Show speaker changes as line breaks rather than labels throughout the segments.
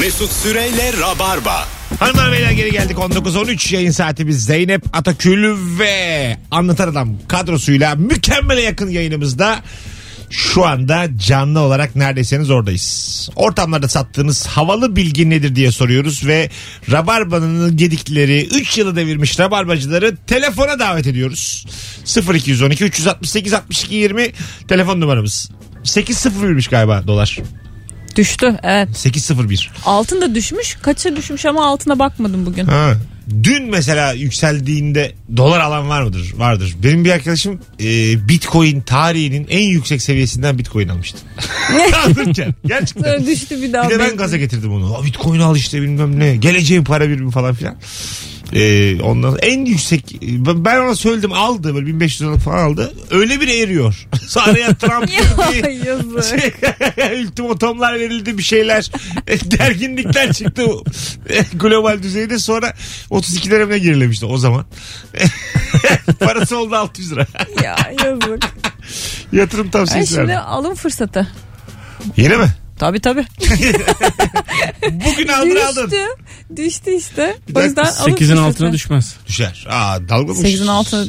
Mesut Süreyle Rabarba.
Hanımlar beyler geri geldik 19.13 yayın saatimiz Zeynep Atakül ve Anlatan Adam kadrosuyla mükemmele yakın yayınımızda şu anda canlı olarak neredeyseniz oradayız. Ortamlarda sattığınız havalı bilgi nedir diye soruyoruz ve Rabarba'nın gedikleri 3 yılı devirmiş Rabarbacıları telefona davet ediyoruz. 0212 368 62 20 telefon numaramız. 8.01'miş galiba dolar.
Düştü evet.
8.01.
Altın da düşmüş. Kaça düşmüş ama altına bakmadım bugün.
Ha. Dün mesela yükseldiğinde dolar alan var mıdır? Vardır. Benim bir arkadaşım e, bitcoin tarihinin en yüksek seviyesinden bitcoin almıştı. Alırken. Gerçekten.
Sonra Ee, düştü bir daha.
Bir de ben
bekledim.
gaza getirdim onu. Aa, bitcoin al işte bilmem ne. Geleceğin para birimi falan filan. E, ondan en yüksek e, ben ben ona söyledim aldı böyle 1500 liralık falan aldı. Öyle bir eriyor. Sonra ya Trump
Ya,
gibi
yazık.
ultimatomlar Şey, verildi bir şeyler. Derginlikler çıktı global düzeyde. Sonra 32 lira mı ne gerilemişti o zaman. Parası oldu 600 lira.
ya yazık.
Yatırım
Ay
tavsiyesi
şimdi
verdim.
alın fırsatı.
Yine mi?
Tabii tabii.
Bugün aldın aldın.
Düştü. Düştü işte.
Bir
O
dakika,
yüzden alın
8'in altına
düştü.
düşmez.
Düşer. Aa dalga mı?
8'in altına.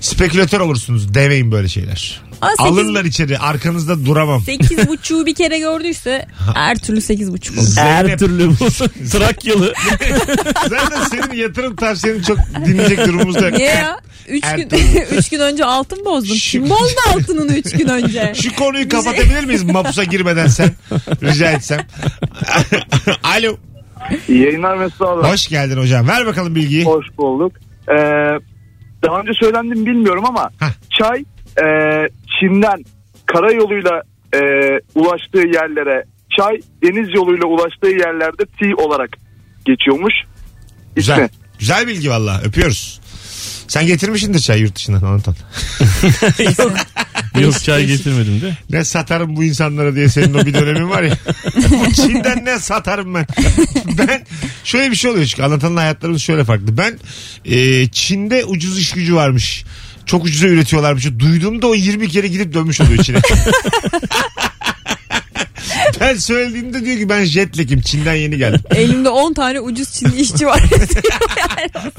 Spekülatör olursunuz. Demeyin böyle şeyler.
Aa, sekiz-
Alırlar içeri. Arkanızda duramam.
8 buçuğu bir kere gördüyse her türlü 8 buçuk olur.
Her türlü bu. Trakyalı.
Zaten senin yatırım tavsiyeni çok dinleyecek durumumuzda.
Niye ya? 3 gün, üç gün önce altın bozdun.
Şimdi-
Kim bozdu altınını 3 gün önce?
Şu konuyu kapatabilir miyiz mapusa girmeden sen? Rica etsem. Alo.
İyi yayınlar Mesut abi.
Hoş geldin hocam. Ver bakalım bilgiyi.
Hoş bulduk. Ee, daha önce söylendi mi bilmiyorum ama
Hah.
çay e, Çin'den karayoluyla e, ulaştığı yerlere çay deniz yoluyla ulaştığı yerlerde tea olarak geçiyormuş.
Güzel.
İsmi.
Güzel bilgi valla. Öpüyoruz. Sen getirmişsindir çay yurt dışından anlatan.
Yok çay getirmedim de.
Ne satarım bu insanlara diye senin o bir dönemin var ya. Bu Çin'den ne satarım ben. ben şöyle bir şey oluyor çünkü anlatanın hayatlarımız şöyle farklı. Ben e, Çin'de ucuz iş gücü varmış. Çok ucuza üretiyorlarmış. Duyduğumda o 20 kere gidip dönmüş oluyor Çin'e. ben söylediğimde diyor ki ben jetlekim Çin'den yeni geldim.
Elimde 10 tane ucuz Çinli işçi var.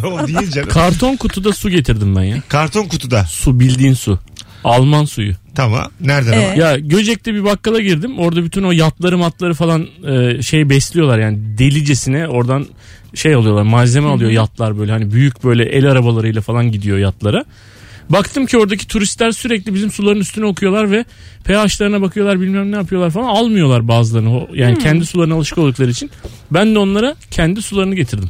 o değil canım.
Karton kutuda su getirdim ben ya.
Karton kutuda.
Su bildiğin su. Alman suyu.
Tamam. Nereden
Ee?
ama?
Ya Göcek'te bir bakkala girdim. Orada bütün o yatları matları falan e, şey besliyorlar yani delicesine oradan şey alıyorlar malzeme alıyor yatlar böyle hani büyük böyle el arabalarıyla falan gidiyor yatlara. Baktım ki oradaki turistler sürekli bizim suların üstüne okuyorlar ve pH'larına bakıyorlar bilmem ne yapıyorlar falan almıyorlar bazılarını. O- Yani kendi sularına alışık oldukları için. Ben de onlara kendi sularını getirdim.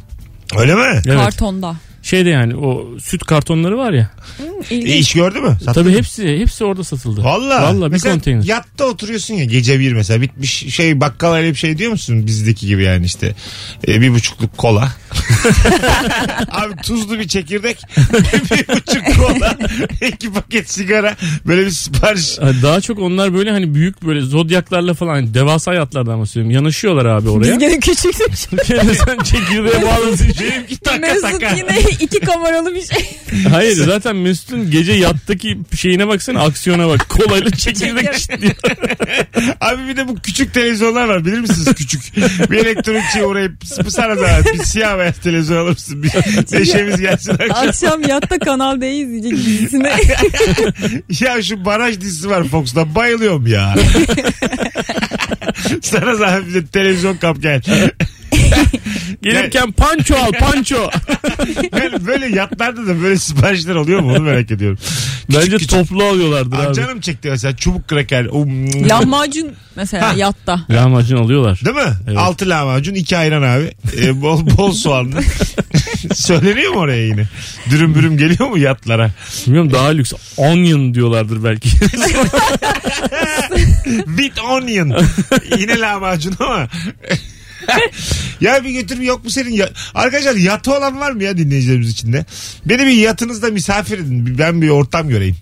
Öyle mi?
Evet.
Kartonda.
Şeyde yani o süt kartonları var ya.
E,
İlginç.
iş gördü mü? Sattı
Tabii hepsi hepsi orada satıldı.
Valla.
Valla bir
Mesela
konteyner.
Yatta oturuyorsun ya gece bir mesela bitmiş şey bakkal öyle bir şey diyor musun bizdeki gibi yani işte e, bir buçukluk kola. Abi tuzlu bir çekirdek bir buçuk kola iki paket sigara böyle bir sipariş.
Ha, Daha çok onlar böyle hani büyük böyle zodyaklarla falan hani devasa yatlardan ama söyleyeyim. Yanaşıyorlar abi
Biz
oraya.
gene küçüktük.
Gene sen çekirdeğe Şey, bağlasın.
Benimki taka
Mesut
taka.
yine iki kameralı bir şey.
Hayır zaten Mesut'un gece yattaki şeyine baksana aksiyona bak. Kolayla çekirdek işte diyor.
Abi bir de bu küçük televizyonlar var bilir misiniz küçük? Bir elektronikçiye uğrayıp bu sana zahmet bir siyah beyaz televizyon alırsın bir neşemiz gelsin akşam.
Akşam yatta Kanal D'yi izleyecek dizisine.
Ya şu baraj dizisi var Fox'ta bayılıyorum ya. Sana zahmet bize televizyon kap gel.
Gelirken panço al panço.
Yani böyle yatlarda da böyle siparişler oluyor mu onu merak ediyorum.
Bence
küçük.
toplu alıyorlardır
Aa,
abi.
canım çekti mesela çubuk kraker. Um,
Lahmacun mesela yatta.
Lahmacun alıyorlar.
Değil mi?
Evet.
Altı lahmacun, iki ayran abi. Ee, bol bol soğanlı. Söyleniyor mu oraya yine? Dürüm bürüm geliyor mu yatlara?
Bilmiyorum daha lüks. Onion diyorlardır belki.
Bit onion. Yine lahmacun ama. ya bir götür bir yok mu senin? Ya... Arkadaşlar yatı olan var mı ya dinleyicilerimiz içinde? Beni bir yatınızda misafir edin. Bir- Ben bir ortam göreyim.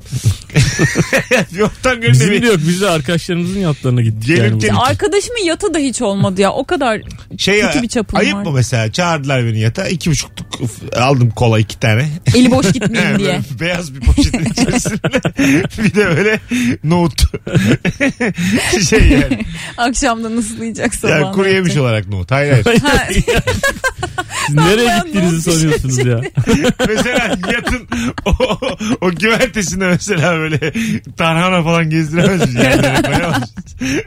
Yoktan
Bizim
gönlüne
de yok. Biz de arkadaşlarımızın yatlarına gittik.
Gelip
yani.
gelip-
bu-
Arkadaşımın yatı da hiç olmadı ya. O kadar
şey
kötü bir çapım
ayıp
var.
mı mesela çağırdılar beni yata iki buçukluk uf, aldım kola iki tane
eli boş gitmeyeyim diye.
Böyle beyaz bir poşetin içerisinde bir de böyle nohut şey yani,
Akşamda nasıl yiyecek sabah.
yani kuru yemiş olarak nohut hayır hayır
Siz nereye
Sallayan
gittiğinizi
ne olmuş?
sanıyorsunuz ya?
mesela yatın o, o, o güvertesinde mesela böyle tarhana falan gezdiremez misin? Yerlere koyamaz mısın?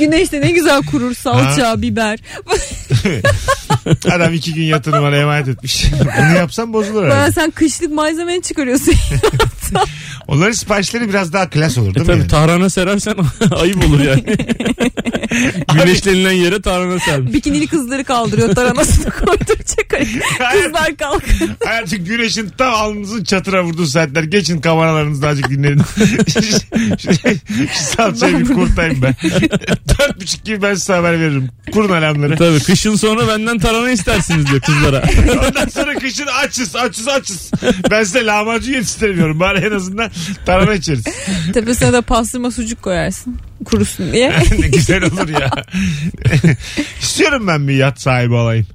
Güneşte ne güzel kurur salça, biber.
Adam iki gün yatını bana emanet etmiş. Bunu yapsam bozulur
Bayağı
herhalde.
sen kışlık malzemeni çıkarıyorsun.
Onların siparişleri biraz daha klas olur
E
değil mi?
tabii
yani?
tahrana serersen ayıp olur yani. Güneşlenilen yere tahrana sermiş.
Bikinili kızları kaldırıyor taranasını koyduracak. Kızlar kalk.
Hayatım güneşin tam alnınızın çatıra vurduğu saatler. Geçin kameralarınızı da azıcık dinleyin. Şu- şu- Şu salçayı bir kurtayım ben. Dört buçuk gibi ben size haber veririm. Kurun alarmları.
Tabii kışın sonra benden tarhana istersiniz diyor kızlara.
Ondan sonra kışın açız açız açız. Ben size lahmacun yetiştiremiyorum. Bari en azından tarhana içeriz.
Tepesine de pastırma sucuk koyarsın. Kurusun diye.
ne güzel olur ya. İstiyorum ben bir yat sahibi olayım.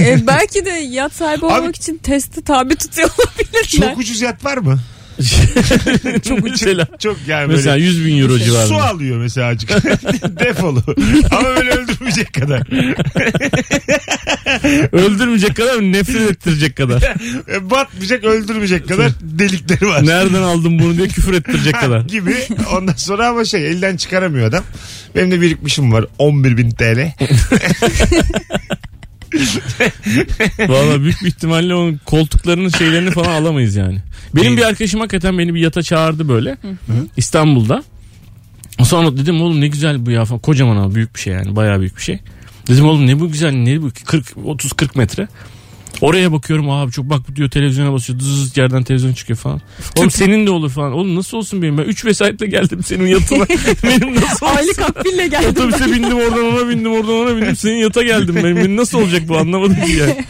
E, belki de yat sahibi olmak
Abi-
için testi tabi tutuyor olabilirler.
Çok ucuz yat var mı?
Çok mesela,
Çok yani böyle.
mesela 100 bin euro
Su
civarında.
alıyor mesela azıcık. Defolu. Ama böyle öldürmeyecek kadar.
Öldürmeyecek kadar nefret ettirecek kadar.
E, Batmayacak, öldürmeyecek kadar delikleri var.
Nereden aldın bunu diye küfür ettirecek
Ha,
kadar.
gibi. Ondan sonra ama şey elden çıkaramıyor adam. Benim de birikmişim var 11.000 TL.
Valla büyük bir ihtimalle onun koltuklarının şeylerini falan alamayız yani. Benim bir arkadaşım hakikaten beni bir yata çağırdı böyle. İstanbul'da. Sonra dedim oğlum ne güzel bu ya falan. Kocaman ama büyük bir şey yani bayağı büyük bir şey. Dedim oğlum ne bu güzel ne bu 40 30-40 metre. Oraya bakıyorum abi çok bak diyor televizyona basıyor. Dız yerden televizyon çıkıyor falan. Oğlum senin de olur falan. Oğlum nasıl olsun benim ben 3 vesayetle geldim senin yatına. benim nasıl olsun?
Aylık akbille geldim.
Otobüse bindim oradan ona bindim oradan ona bindim. Senin yata geldim benim. benim nasıl olacak bu anlamadım ki yani.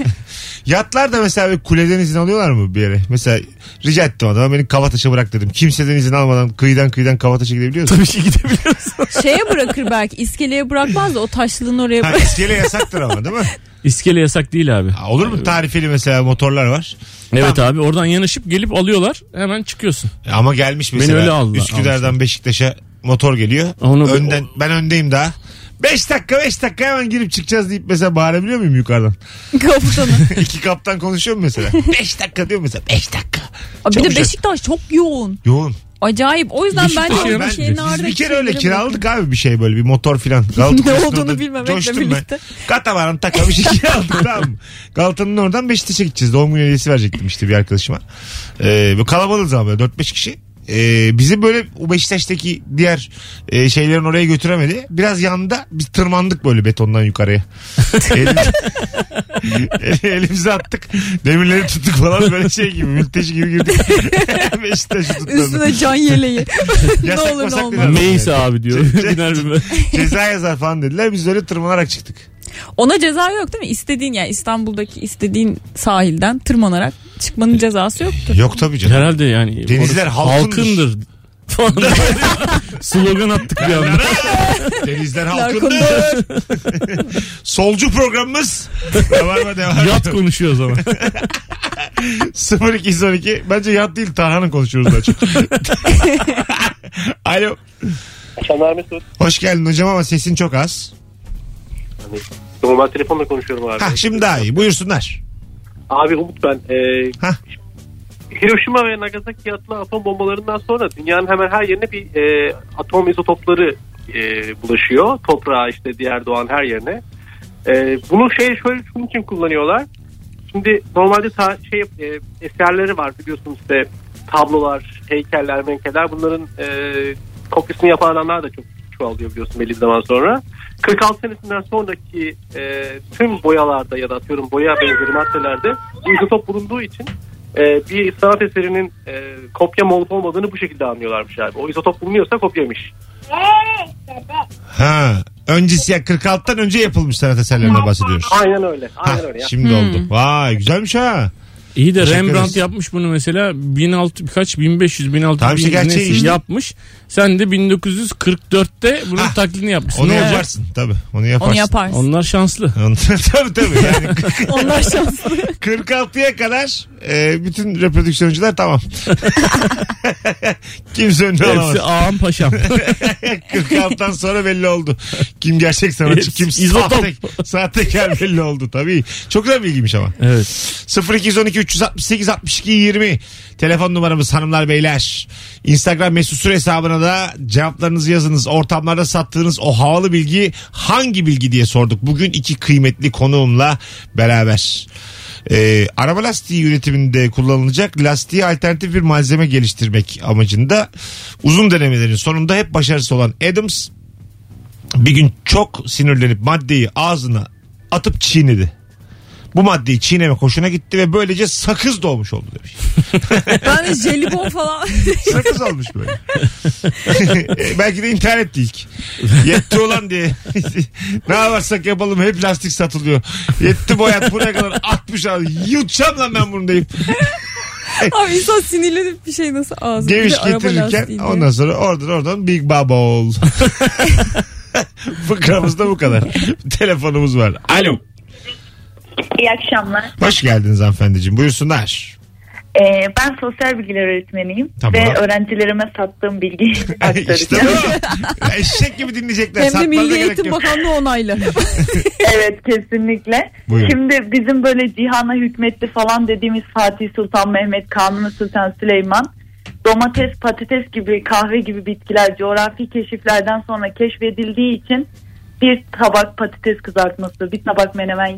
Yatlar da mesela bir kuleden izin alıyorlar mı bir yere? Mesela rica ettim adama beni Kavataş'a bırak dedim. Kimseden izin almadan kıyıdan kıyıdan Kavataş'a gidebiliyor musun?
Tabii ki gidebiliyorsun.
Şeye bırakır belki. iskeleye bırakmaz da o taşlığın oraya
Ha,
bırakır.
iskele yasaktır ama değil mi?
İskele yasak değil abi.
Ha, olur mu? Tarifeli mesela motorlar var.
Evet abi oradan yanaşıp gelip alıyorlar hemen çıkıyorsun.
E, Ama gelmiş mesela.
Beni öyle aldılar,
Üsküdar'dan Beşiktaş'a motor geliyor.
Onu-
Önden, ben öndeyim daha. 5 dakika 5 dakika hemen girip çıkacağız deyip mesela bağırabiliyor muyum yukarıdan?
Kaptanı.
İki kaptan konuşuyor mu mesela? 5 dakika diyor mesela 5 dakika.
Aa, Bir
Çabucak.
de Beşiktaş çok yoğun.
Yoğun.
Acayip. O yüzden
Beşiktaş
bence
yani
bir
Ben,
şeyin
biz
ağrı
bir kere öyle
şeyleri
kiraladık abi bir şey böyle bir motor filan. Galata
Ne
Kulesi'nin
olduğunu
orada
bilmemekle
coştum ben.
birlikte.
Katamaran taka bir şey kiraladık tamam mı? Galata'nın oradan Beşiktaş'a gideceğiz. Doğum günü hediyesi verecektim işte bir arkadaşıma. Ee, bu kalabalığız ama böyle 4-5 kişi. Ee, bizi böyle o Beşiktaş'taki diğer e, şeylerin oraya götüremedi. Biraz yanda biz tırmandık böyle betondan yukarıya. Elimiz- elimizi attık. Demirleri tuttuk falan böyle şey gibi. Mülteci gibi girdik. Beşiktaş'ı tuttuk.
Üstüne can yeleği. ne
Yasak
olur
masak
ne
dediler.
olmaz.
Neyse abi diyor. Biner bilmez.
Ceza yazar falan dediler. Biz öyle tırmanarak çıktık.
Ona ceza yok değil mi? İstediğin yani İstanbul'daki istediğin sahilden tırmanarak çıkmanın cezası yoktur.
Yok tabii canım.
Herhalde yani.
Denizler
orası
halkındır.
halkındır. Falan diye Slogan attık bir anda.
Denizler halkında. Solcu programımız. Var mı devam
Yat konuşuyor o zaman.
0212. Bence yat değil Tarhan'ın konuşuyoruz daha çok. Alo.
Akşamlar Mesut.
Hoş geldin hocam ama sesin çok az.
Hani normal telefonla konuşuyorum abi.
Hah şimdi daha iyi. Buyursunlar.
Abi Umut ben. E,
Hah.
Hiroşima ve Nagasaki atlı atom bombalarından sonra dünyanın hemen her yerine bir e, atom izotopları e, bulaşıyor. Toprağa işte diğer doğan her yerine. E, bunu şey şöyle şunun için kullanıyorlar. Şimdi normalde ta, şey e, eserleri var biliyorsunuz işte tablolar, heykeller, menkeler bunların e, kopyasını yapan adamlar da çok çoğalıyor biliyorsun belli bir zaman sonra. 46 senesinden sonraki e, tüm boyalarda ya da atıyorum boya benzeri maddelerde bu izotop bulunduğu için e, bir sanat eserinin e, kopya mı olup olmadığını bu şekilde anlıyorlarmış abi. O izotop bulunuyorsa kopyamış.
Ha. Öncesi ya 46'tan önce yapılmış sanat eserlerinden bahsediyoruz.
Aynen öyle. Aynen
Hmm.
Hah,
öyle. Ya.
şimdi oldu. Vay güzelmiş ha.
İyi de
Teşekkür
Rembrandt
ederiz.
yapmış bunu mesela 1600 kaç 1500 1600
Tamam işte gerçeği
nesi
işte.
yapmış. Sen de 1944'te bunun
Ha.
taklidini yapmışsın.
Onu
Ne olacak?
yaparsın tabii. Onu yaparsın.
Onu yaparsın.
Onlar şanslı.
tabii tabii yani
Onlar şey şanslı.
46'ya kadar e, bütün reprodüksiyoncular tamam. Kimse önüne alamaz.
Hepsi ağam paşam.
46'tan sonra belli oldu. Kim gerçek sanatçı
Hepsi
kim
izotop.
sahte, sahtekar belli oldu tabii. Çok güzel bilgiymiş ama.
evet.
0212 368 62 20 telefon numaramız hanımlar beyler. Instagram mesut süre hesabına da cevaplarınızı yazınız. Ortamlarda sattığınız o havalı bilgi hangi bilgi diye sorduk. Bugün iki kıymetli konuğumla beraber. Ee, araba lastiği üretiminde kullanılacak lastiğe alternatif bir malzeme geliştirmek amacında uzun denemelerin sonunda hep başarısı olan Adams bir gün çok sinirlenip maddeyi ağzına atıp çiğnedi. Bu maddeyi çiğneme hoşuna gitti ve böylece sakız doğmuş oldu demiş.
Ben de jelibon falan.
Sakız olmuş böyle. E, Belki de internet ilk. Yetti olan diye. ne yaparsak yapalım hep lastik satılıyor. Yetti boyat buraya kadar 60 abi. Yutacağım lan ben bunu deyip.
Abi insan sinirlenip bir şey nasıl ağzı. Bir de
Geviş
araba
getirirken
lastiği diye.
ondan sonra oradan oradan Big Baba ol. Fıkramız da bu kadar. Telefonumuz var. Alo.
İyi akşamlar.
Hoş geldiniz hanımefendiciğim. Buyursunlar.
Ee, ben sosyal bilgiler öğretmeniyim
Tamam.
ve öğrencilerime sattığım bilgiyi
işte
aktaracağım.
bu. Eşek gibi dinleyecekler.
Hem de
Satmanıza
Milli
gerek
Eğitim
yok.
Bakanlığı onaylı.
evet kesinlikle.
Buyurun.
Şimdi bizim böyle cihana hükmetli falan dediğimiz Fatih Sultan Mehmet, Kanuni Sultan Süleyman domates, patates gibi kahve gibi bitkiler coğrafi keşiflerden sonra keşfedildiği için bir tabak patates kızartması, bir tabak menemen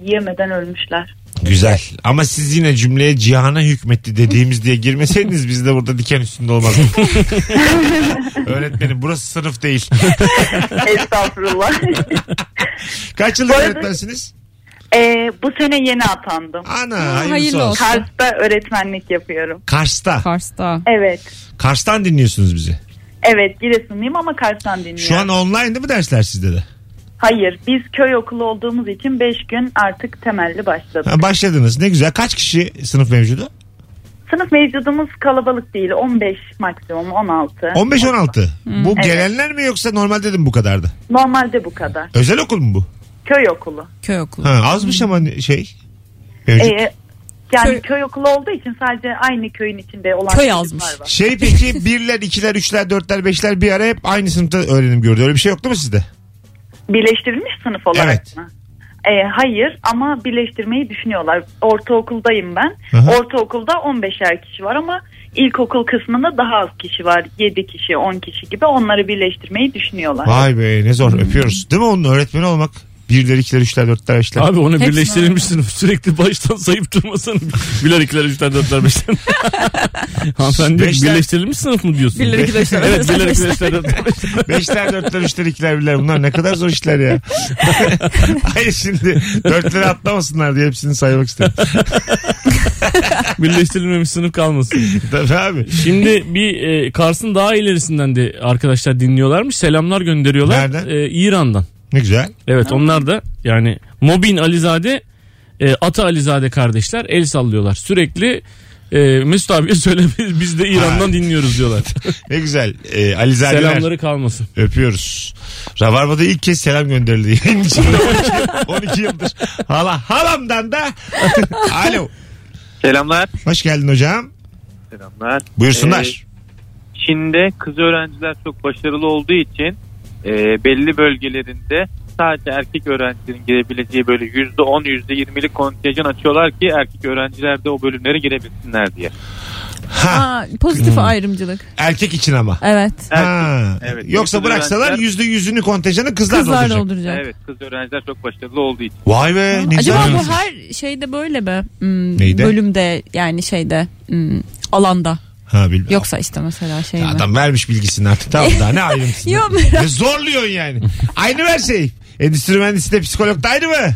yiyemeden ölmüşler.
Güzel. Ama siz yine cümleye cihana hükmetti dediğimiz diye girmeseydiniz biz de burada diken üstünde olmazdık. Öğretmenim burası sınıf değil.
Estağfurullah.
Kaç yıllık
Bu arada-
öğretmensiniz?
Ee, bu sene yeni atandım.
Ana hayırlısı
hayırlı
olsun.
olsun.
Kars'ta öğretmenlik yapıyorum.
Kars'ta.
Kars'ta.
Evet.
Kars'tan dinliyorsunuz bizi.
Evet Giresunluyum ama Kars'tan dinliyorum.
Şu an online değil mi dersler sizde de?
Hayır biz köy okulu olduğumuz için 5 gün artık temelli başladık.
Ha, başladınız. Ne güzel. Kaç kişi sınıf mevcudu?
Sınıf mevcudumuz kalabalık değil 15 maksimum 16.
15-16. Bu
Hmm, Evet.
gelenler mi yoksa normal dedim bu kadardı.
Normalde bu kadar.
Özel okul mu bu?
Köy okulu.
Köy okulu.
Ha, azmış ama şey. Mevcut.
Ee, yani
Köy-
köy... okulu olduğu için sadece aynı köyün içinde olan
Köy
çocuklar
yazmış.
var.
Şey peki birler, ikiler, üçler, dörtler, beşler bir ara hep aynı sınıfta öğrenim gördü. Öyle bir şey yoktu mu sizde?
Birleştirilmiş sınıf olarak
Evet.
mı? Ee, hayır ama birleştirmeyi düşünüyorlar. Ortaokuldayım ben.
Aha.
Ortaokulda 15'er kişi var ama ilkokul kısmında daha az kişi var. 7 kişi 10 kişi gibi onları birleştirmeyi düşünüyorlar.
Vay be ne zor öpüyoruz. Değil mi onun öğretmeni olmak? Birler, ikiler, üçler, dörtler, beşler.
Abi onu
Hepsini
birleştirilmiş sınıf sürekli baştan sayıp durmasana. Birer ikiler üçler dörtler beşler. Hanımefendi
Beşler.
birleştirilmiş sınıf mı diyorsun?
Birer, ikiler, üçler,
evet
dörtler,
birer ikiler üçler dörtler beşler.
beşler, dörtler, üçler, ikiler, birler. Bunlar ne kadar zor işler ya. Hayır şimdi dörtleri atlamasınlar diye hepsini saymak istedim.
Birleştirilmemiş sınıf kalmasın.
Tabii abi.
Şimdi bir e, Kars'ın daha ilerisinden de arkadaşlar dinliyorlarmış. Selamlar gönderiyorlar.
Nereden?
E, İran'dan.
Ne güzel.
Evet onlar da yani Mobin Alizade, e, Ata Alizade kardeşler el sallıyorlar. Sürekli e, Mesut abiye söyle biz- biz de İran'dan dinliyoruz diyorlar.
Ne güzel. Ee, Alizadeler.
Selamları kalmasın.
Öpüyoruz. Rabarba'da ilk kez selam gönderildi. Yayın içinde 12, 12 yıldır. Hala, halamdan da. Alo.
Selamlar.
Hoş geldin hocam.
Selamlar.
Buyursunlar.
Ee, Çin'de kız öğrenciler çok başarılı olduğu için e, belli bölgelerinde sadece erkek öğrencinin girebileceği böyle %10 %20'lik kontenjan açıyorlar ki erkek öğrenciler de o bölümlere girebilsinler diye.
ha, Hmm.
Aa, pozitif ayrımcılık.
erkek için ama.
Evet.
Ha.
Evet.
Yoksa
Kız
bıraksalar
öğrenciler-
yüzde yüzünü kontenjanı kızlar,
Kızlar
dolduracak.
dolduracak.
Evet kız öğrenciler çok başarılı olduğu için.
Vay be ne
Acaba
güzel.
bu her şeyde böyle mi? Hmm,
Neyde?
Bölümde yani şeyde hmm, alanda.
Ha, bilmiyorum.
Yoksa işte mesela şey mi?
Adam vermiş bilgisini artık tamam daha ne ayrıntısını.
Yok, merak-
Ne zorluyorsun yani. Aynı her şey. Endüstri mühendisi de psikolog da aynı mı?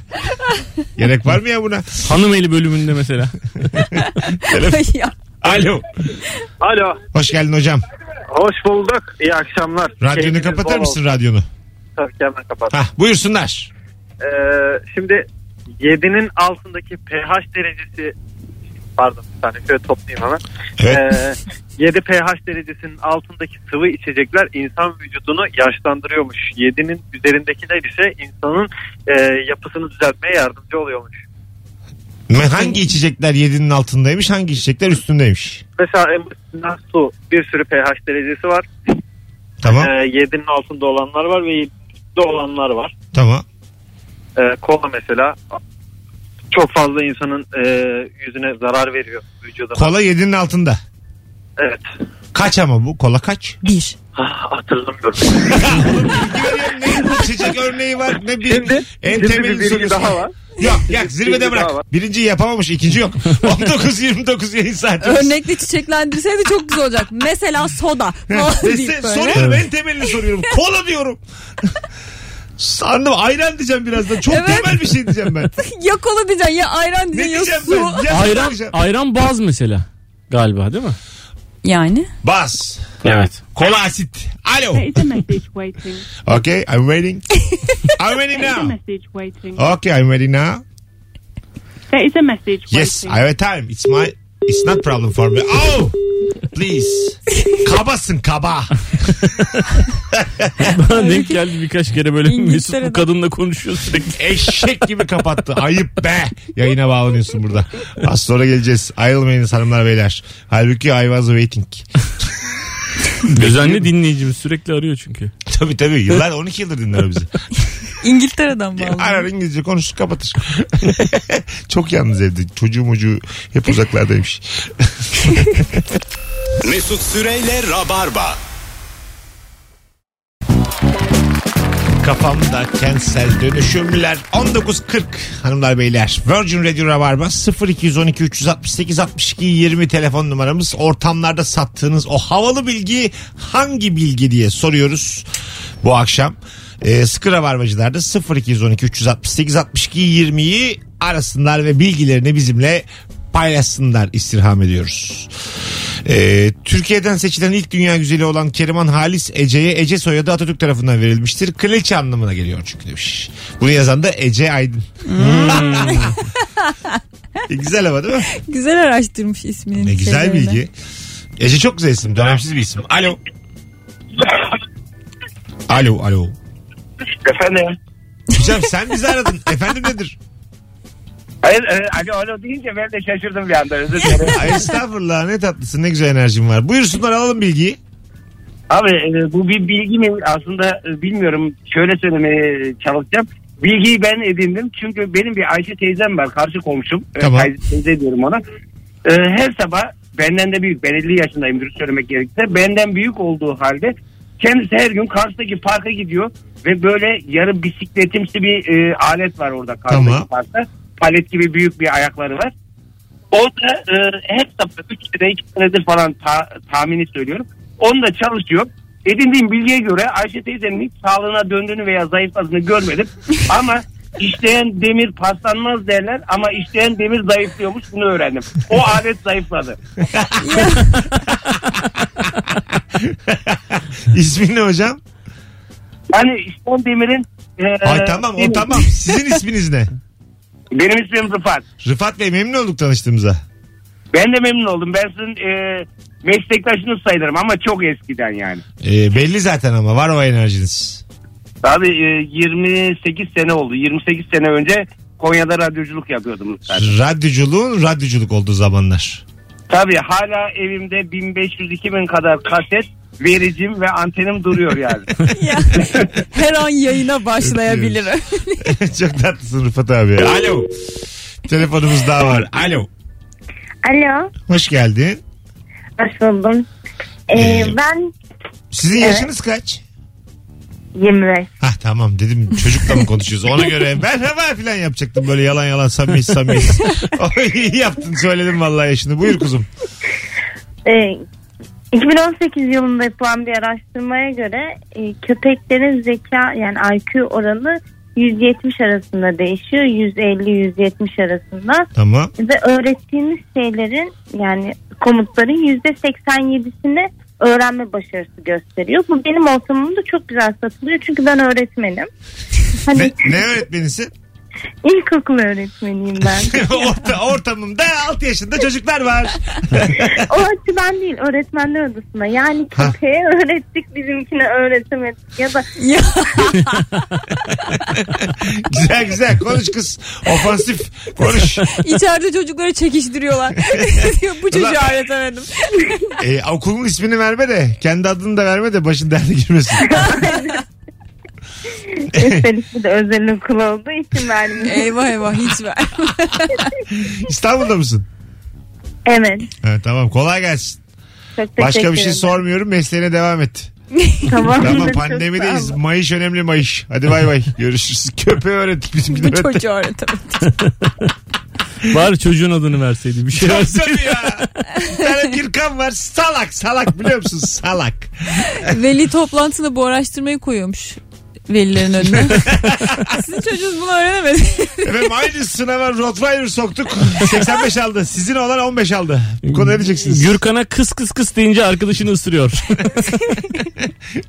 Gerek var mı ya buna?
Hanım eli bölümünde mesela.
Ya,
Alo.
Alo.
Hoş geldin hocam.
Hoş bulduk. İyi akşamlar.
Radyonu
Keyfiniz
kapatır
bol
mısın
olsun.
radyonu?
Tabii ki hemen kapat.
Hah buyursunlar.
Ee, şimdi 7'nin altındaki pH derecesi
pardon bir tane şöyle toplayayım hemen.
Evet.
Ee, 7 pH derecesinin altındaki sıvı içecekler insan vücudunu yaşlandırıyormuş. 7'nin üzerindekiler ise insanın e, yapısını düzeltmeye yardımcı oluyormuş.
Hangi içecekler 7'nin altındaymış hangi içecekler üstündeymiş?
Mesela en basitinden su bir sürü pH derecesi var.
Tamam
Ee, 7'nin altında olanlar var ve 7'de olanlar var.
tamam.
Ee, kola mesela çok fazla insanın e, yüzüne zarar veriyor vücuduna.
Kola 7'nin altında.
evet.
Kaç ama bu kola kaç?
Bir.
Ah, hatırlamıyorum.
ne içecek örneği var ne bir
Şimdi-
en
şimdi
temelini
bir bilgi
soruyorsun.
daha var.
Yok yok zirvede
bilgi
bırak.
daha var.
Birinciyi yapamamış ikinci yok. 19-29 yayın saati.
Örnekle çiçeklendirseydi çok güzel olacak. Mesela soda. falan deyip
Dese,
böyle.
soruyorum en temelini soruyorum. Kola diyorum. Sandım ayran diyeceğim birazdan. Çok
Evet.
temel bir şey diyeceğim ben.
Ya kola diyeceksin ya ayran
Ne
diyeceksin ya
diyeceğim
su.
ben? Ya
Ayran,
diyeceğim.
ayran baz mesela galiba değil mi?
Yani.
Bas.
Evet.
Kola asit. Alo.
There is a message waiting.
Okay, I'm waiting. I'm waiting
There is a
now.
message waiting.
Okay, I'm waiting now.
There is a message
Yes, I
waiting.
have time. It's my it's not problem for me. Oh! Please. Kabasın kaba.
Bana denk geldi birkaç kere böyle Mesut
İngiltere'den.
bu kadınla konuşuyor sürekli.
Eşek gibi kapattı. Ayıp be. Yayına bağlanıyorsun burada. Az sonra geleceğiz. Ayrılmayınız hanımlar beyler. Halbuki I was waiting.
Düzenli dinleyicimiz sürekli arıyor çünkü.
tabii tabii. Yıllar 12 yıldır dinler o bizi.
İngiltere'den
Arar
bağlı.
İngilizce konuşur kapatır. Çok yalnız evde. Çocuğu mucuğu hep uzaklardaymış.
Mesut Süreyle Rabarba.
Kafamda kentsel dönüşümler 19.40 hanımlar beyler Virgin Radio Rabarba 0212 368 62 20 telefon numaramız ortamlarda sattığınız o havalı bilgi hangi bilgi diye soruyoruz bu akşam ee, sıkı Rabarbacılar da 0212 368 62 20'yi arasınlar ve bilgilerini bizimle paylaşsınlar istirham ediyoruz. Ee, Türkiye'den seçilen ilk dünya güzeli olan Keriman Halis Ece'ye Ece soyadı Atatürk tarafından verilmiştir. Kraliçe anlamına geliyor çünkü demiş. Bunu yazan da Ece Aydın. E, güzel ama değil mi?
Güzel araştırmış isminin.
Ne güzel
şeylerini.
bilgi. Ece çok güzel isim. Dönemsiz bir isim. Alo. Alo alo.
Efendim?
Hocam sen bizi aradın. Efendim nedir?
Hayır, e, alo alo deyince ben de şaşırdım bir anda özür dilerim.
Ay estağfurullah ne tatlısın ne güzel enerjin var. Buyursunlar alalım bilgiyi.
Abi e, bu bir bilgi mi aslında e, bilmiyorum şöyle söylemeye çalışacağım. Bilgiyi ben edindim çünkü benim bir Ayşe teyzem var karşı komşum. E,
Tamam.
Ayşe teyze diyorum ona. E, her sabah benden de büyük ben 50 yaşındayım dürüst söylemek gerekirse benden büyük olduğu halde kendisi her gün karşıdaki parka gidiyor ve böyle yarı bisikletimsi bir e, alet var orada karşıdaki
Tamam.
parkta. Palet gibi büyük bir ayakları var. Orada e, her sabah 3 lira 2 liradır falan ta- tahmini söylüyorum. Onu da çalışıyor. Edindiğim bilgiye göre Ayşe teyzenin hiç sağlığına döndüğünü veya zayıfladığını görmedim. ama işleyen demir paslanmaz derler ama işleyen demir zayıflıyormuş bunu öğrendim. O alet zayıfladı.
İsmin ne hocam?
Yani işleyen demirin... e,
Ay tamam o
demir-
tamam. Sizin isminiz ne?
Benim ismim Rıfat.
Rıfat Bey memnun olduk tanıştığımıza.
Ben de memnun oldum. Ben sizin e, meslektaşınız sayılırım ama çok eskiden yani.
Ee, belli zaten ama var o enerjiniz.
Abi e, 28 sene oldu. 28 sene önce Konya'da radyoculuk yapıyordum. zaten.
Radyoculuğun radyoculuk olduğu zamanlar.
Tabii hala evimde 1500-2000 kadar kaset vericim ve antenim duruyor yani.
Ya, Her an yayına başlayabilirim.
Çok tatlısın Rıfat abi. Alo. Telefonumuz daha var. Alo.
Alo,
Hoş geldin.
hoş buldum. Ee,
Ee,
ben
Sizin
Evet.
yaşınız kaç?
25.
Hah tamam dedim çocukla mı konuşuyoruz ona göre merhaba falan yapacaktım böyle yalan yalan samimiyetsiz samimiyetsiz. Oy, iyi yaptın söyledim vallahi yaşını buyur kuzum.
Ee, 2018 yılında yapılan bir araştırmaya göre e, köpeklerin zeka yani IQ oranı 170 arasında değişiyor. 150-170 arasında.
Tamam
Ve öğrettiğimiz şeylerin yani komutların %87'sini öğrenme başarısı gösteriyor. Bu benim ortamımda çok güzel satılıyor çünkü ben öğretmenim. Hani
ne, ne öğretmenisin?
İlkokul öğretmeniyim ben.
Orta, ortamımda 6 yaşında çocuklar var.
o açıdan değil öğretmenler odasına. Yani köpeğe öğrettik bizimkine öğretemedik. Ya da
Ya,
güzel güzel konuş kız. Ofansif konuş.
içeride çocukları çekiştiriyorlar. Diyor, Bu çocuğu öğretemedim.
Ee, okulun ismini verme de kendi adını da verme de başın derde girmesin.
üstelik bir de özel okul olduğu için verdim.
Eyvah eyvah hiç ver.
İstanbul'da mısın?
evet.
Evet, tamam kolay gelsin.
Çok teşekkür
Başka bir şey
ederim.
sormuyorum mesleğine devam et.
Tamam.
Tamam
Çok
pandemideyiz.
sağ olun.
Mayış önemli mayış. Hadi bay bay. Görüşürüz. Köpeği öğrettik bizimki de
Bu
öğrettik.
çocuğu öğretemedim.
Bari çocuğun adını verseydi bir şey
Tabii
verseydi.
tabii ya. Bir tane Birkan var. Salak salak biliyor musun? Salak.
Veli toplantısında bu araştırmayı koyuyormuş velilerin önüne. Sizin çocuğunuz bunu öğrenemedi.
Efendim aynı sınava Rottweiler soktuk. 85 aldı. Sizin olan 15 aldı. Bu konuda ne diyeceksiniz?
Gürkan'a kıs kıs kıs deyince arkadaşını ısırıyor.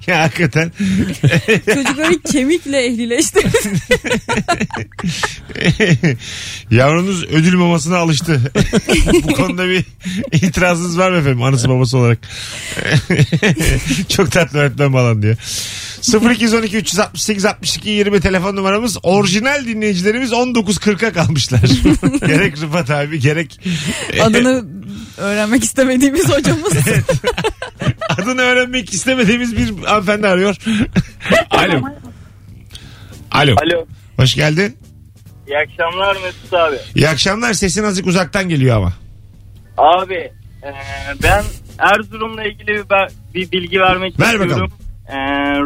Ya hakikaten.
Çocukları kemikle ehlileşti.
Yavrunuz ödül mamasına alıştı. Bu konuda bir itirazınız var mı efendim anısı babası olarak? Çok tatlı öğretmen falan diyor. 0212 368 62 20 telefon numaramız. Orijinal dinleyicilerimiz 19.40'a kalmışlar. gerek Rıfat abi gerek
Adını öğrenmek istemediğimiz hocamız.
adını öğrenmek istemediğimiz bir hanımefendi arıyor. Alo. Alo.
Alo.
Hoş geldin.
İyi akşamlar Mesut abi.
İyi akşamlar. Sesin azıcık uzaktan geliyor ama.
Abi e, ben Erzurum'la ilgili bir, ben- bir bilgi vermek
Ver
istiyorum.
bakalım.
E,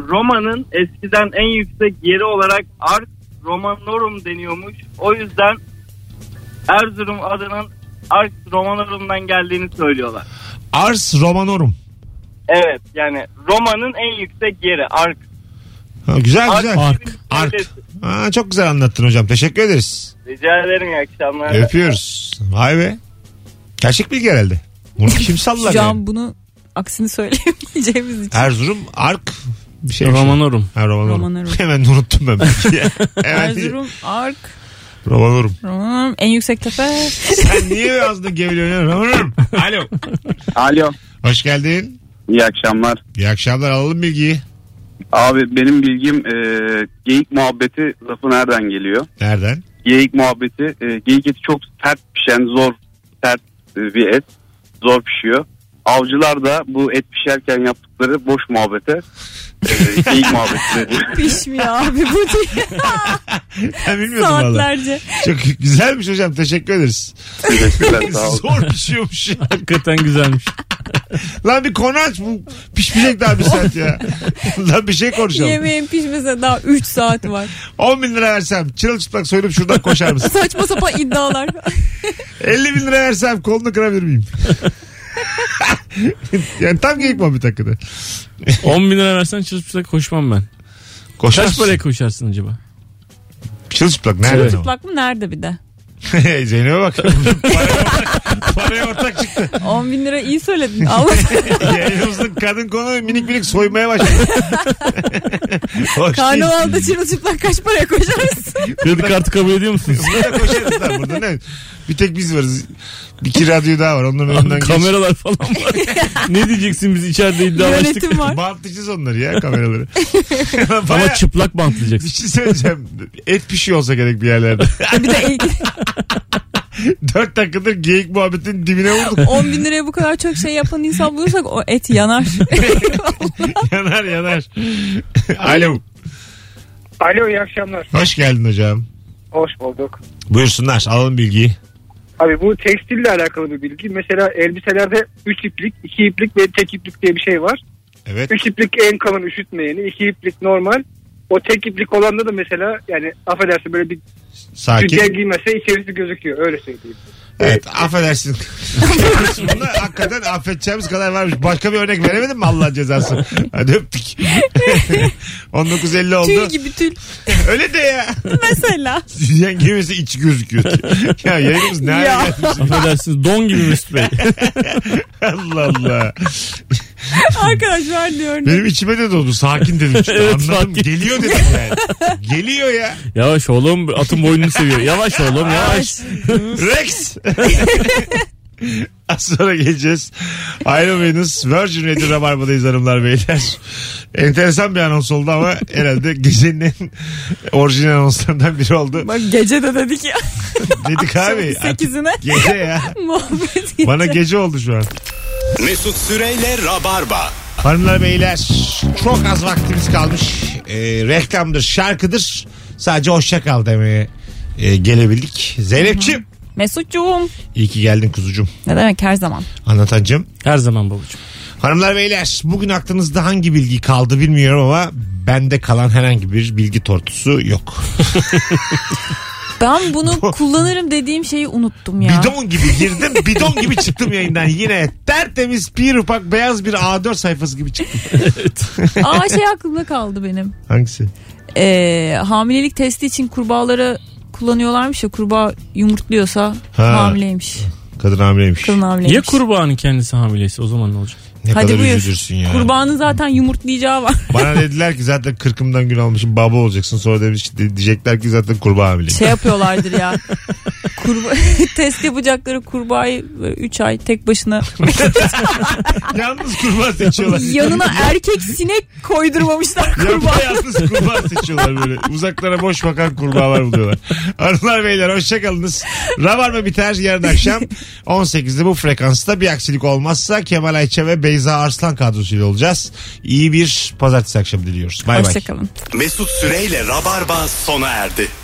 Roma'nın eskiden en yüksek yeri olarak Ars Romanorum deniyormuş. O yüzden Erzurum adının Ars Romanorum'dan geldiğini söylüyorlar.
Ars Romanorum.
Evet yani Roma'nın en yüksek yeri Ark.
Ha, güzel güzel.
Ark.
Ark. Aa, çok güzel anlattın hocam. Teşekkür ederiz.
Rica ederim iyi akşamlar.
Öpüyoruz. Vay be. Gerçek bilgi herhalde. Bunu kim sallar
Şu
yani?
an bunu aksini söyleyemeyeceğimiz için.
Erzurum, Ark bir şey.
Romanorum.
Ha, Romanorum.
Romanorum.
Hemen unuttum ben. Hemen değil.
Erzurum, Ark,
Romanorum.
Romanorum, en yüksek tepe.
Sen niye ağzını geveliyorsun? ya? Romanorum. Alo.
Alo
Hoş geldin.
iyi akşamlar.
İyi akşamlar alalım bilgiyi.
Abi benim bilgim e, geyik muhabbeti lafı nereden geliyor?
Nereden?
geyik muhabbeti. E, geyik eti çok sert pişen zor sert e, bir et. Zor pişiyor. Avcılar da bu et pişerken yaptıkları boş muhabbete e, geyik muhabbeti.
Pişmiyor abi bu diye.
Ben bilmiyordum valla.
saatlerce.
Çok güzelmiş hocam teşekkür ederiz.
Teşekkürler sağ olun.
Zor pişiyormuş.
Hakikaten güzelmiş.
Lan bir konu aç bu pişmeyecek daha bir saat ya. Lan bir şey konuşalım.
Yemeğin pişmesine daha 3 saat var.
10 bin lira versem çırılçıplak soyunup şuradan koşar mısın?
Saçma sapan iddialar.
50 bin lira versem kolunu kırabilir miyim? yani tam geyik muhabbet hakkında.
10 bin lira versen çırpışlak koşmam ben. Kaç paraya koşarsın acaba?
Çırılçıplak nerede?
Evet.
Çıplak mı nerede bir de?
Zeynep'e bak. paraya, paraya ortak çıktı.
10 bin lira iyi söyledin. Allah
Şey Yayınımızın kadın konu minik minik soymaya başladı. Hoş değil.
karnavalda çırılçıplak kaç paraya koşarsın?
Kredi kartı kabul ediyor musunuz?
Burada koşarız lan burada ne? Bir tek biz varız. Bir iki radyo daha var. Onların önünden geç.
Kameralar falan var. ne diyeceksin biz içeride iddialaştık.
Yönetim var.
Bantlayacağız onları ya kameraları. Baya-
Ama çıplak
bir
bantlayacaksın.
şey söyleyeceğim. Et pişiyor olsa gerek bir yerlerde.
E Bir de
Dört dakikadır geyik muhabbetin dibine vurduk.
10 e, bin liraya bu kadar çok şey yapan insan bulursak o et yanar.
yanar yanar. Alo.
Alo iyi akşamlar.
Hoş geldin hocam.
Hoş bulduk.
Buyursunlar alalım bilgiyi.
Abi bu tekstille alakalı bir bilgi. Mesela elbiselerde 3 iplik, 2 iplik ve tek iplik diye bir şey var.
Evet.
3 iplik en kalın üşütmeyeni, 2 iplik normal. O tek iplik olanda da mesela yani affedersin böyle bir tüccar
Sakin.
giymese içerisi gözüküyor öyle söyleyeyim.
Evet affedersin. Bunda hakikaten affedeceğimiz kadar varmış. Başka bir örnek veremedim mi Allah cezası? Hadi öptük. 19.50
tül
oldu.
gibi tül.
Öyle de ya.
Mesela.
Yengemizin içi gözüküyor. ya yayınımız ne hale
Ya.
geldi?
Affedersiniz don gibi Mesut Bey.
Allah Allah.
Arkadaşlar diyor.
Benim içime de doldu. Sakin dedim. Işte.
Evet,
Anladım.
sakin.
Geliyor dedim yani. Geliyor ya.
Yavaş oğlum atın boynunu seviyor. Yavaş oğlum yavaş.
Rex. Az sonra geleceğiz. Ayrılmayınız. Virgin Radio Rabarba'dayız hanımlar beyler. Enteresan bir anons oldu ama herhalde gecenin en orijinal anonslarından biri oldu.
Bak gece de dedik ya.
Dedik abi. artık
Sekizine
Gece ya.
muhabbet
Bana gece oldu şu an.
Mesut Süreyle Rabarba.
Hanımlar beyler çok az vaktimiz kalmış. Ee, reklamdır, şarkıdır. Sadece hoşça kal demeye e, gelebildik. Zeynep'ciğim
Mesutcuğum.
iyi ki geldin kuzucum.
Ne demek her zaman.
Anlatancım.
Her zaman babacığım.
Hanımlar beyler bugün aklınızda hangi bilgi kaldı bilmiyorum ama bende kalan herhangi bir bilgi tortusu yok.
Ben bunu kullanırım dediğim şeyi unuttum ya.
Bidon gibi girdim bidon gibi çıktım yayından yine tertemiz bir ufak beyaz bir A4 sayfası gibi çıktım.
Aa şey aklımda kaldı benim.
Hangisi?
Ee, hamilelik testi için kurbağaları kullanıyorlarmış ya kurbağa yumurtluyorsa
Ha.
hamileymiş.
Kadın hamileymiş.
Kadın hamileymiş.
Ya kurbağanın kendisi hamilesi o zaman ne olacak?
Ne
Hadi
kadar
buyur.
üzülürsün ya.
Kurbağanın zaten yumurtlayacağı var.
Bana dediler ki zaten kırkımdan gün almışım baba olacaksın. Sonra demiş de- diyecekler ki zaten kurbağa hamileyim.
Şey yapıyorlardır ya. Kurba test yapacakları kurbağayı 3 ay tek başına
Yalnız kurbağa seçiyorlar.
yanına erkek sinek koydurmamışlar kurbağa.
Yapayalnız kurbağa seçiyorlar böyle. Uzaklara boş bakan kurbağalar buluyorlar. Hanımlar beyler hoşçakalınız. Rabarba biter yarın akşam 18'de bu frekansta bir aksilik olmazsa Kemal Ayça ve Beyza Arslan kadrosuyla olacağız. İyi bir pazartesi akşamı diliyoruz. Bay bay.
Hoşçakalın.
Mesut Süreyle Rabarba sona erdi.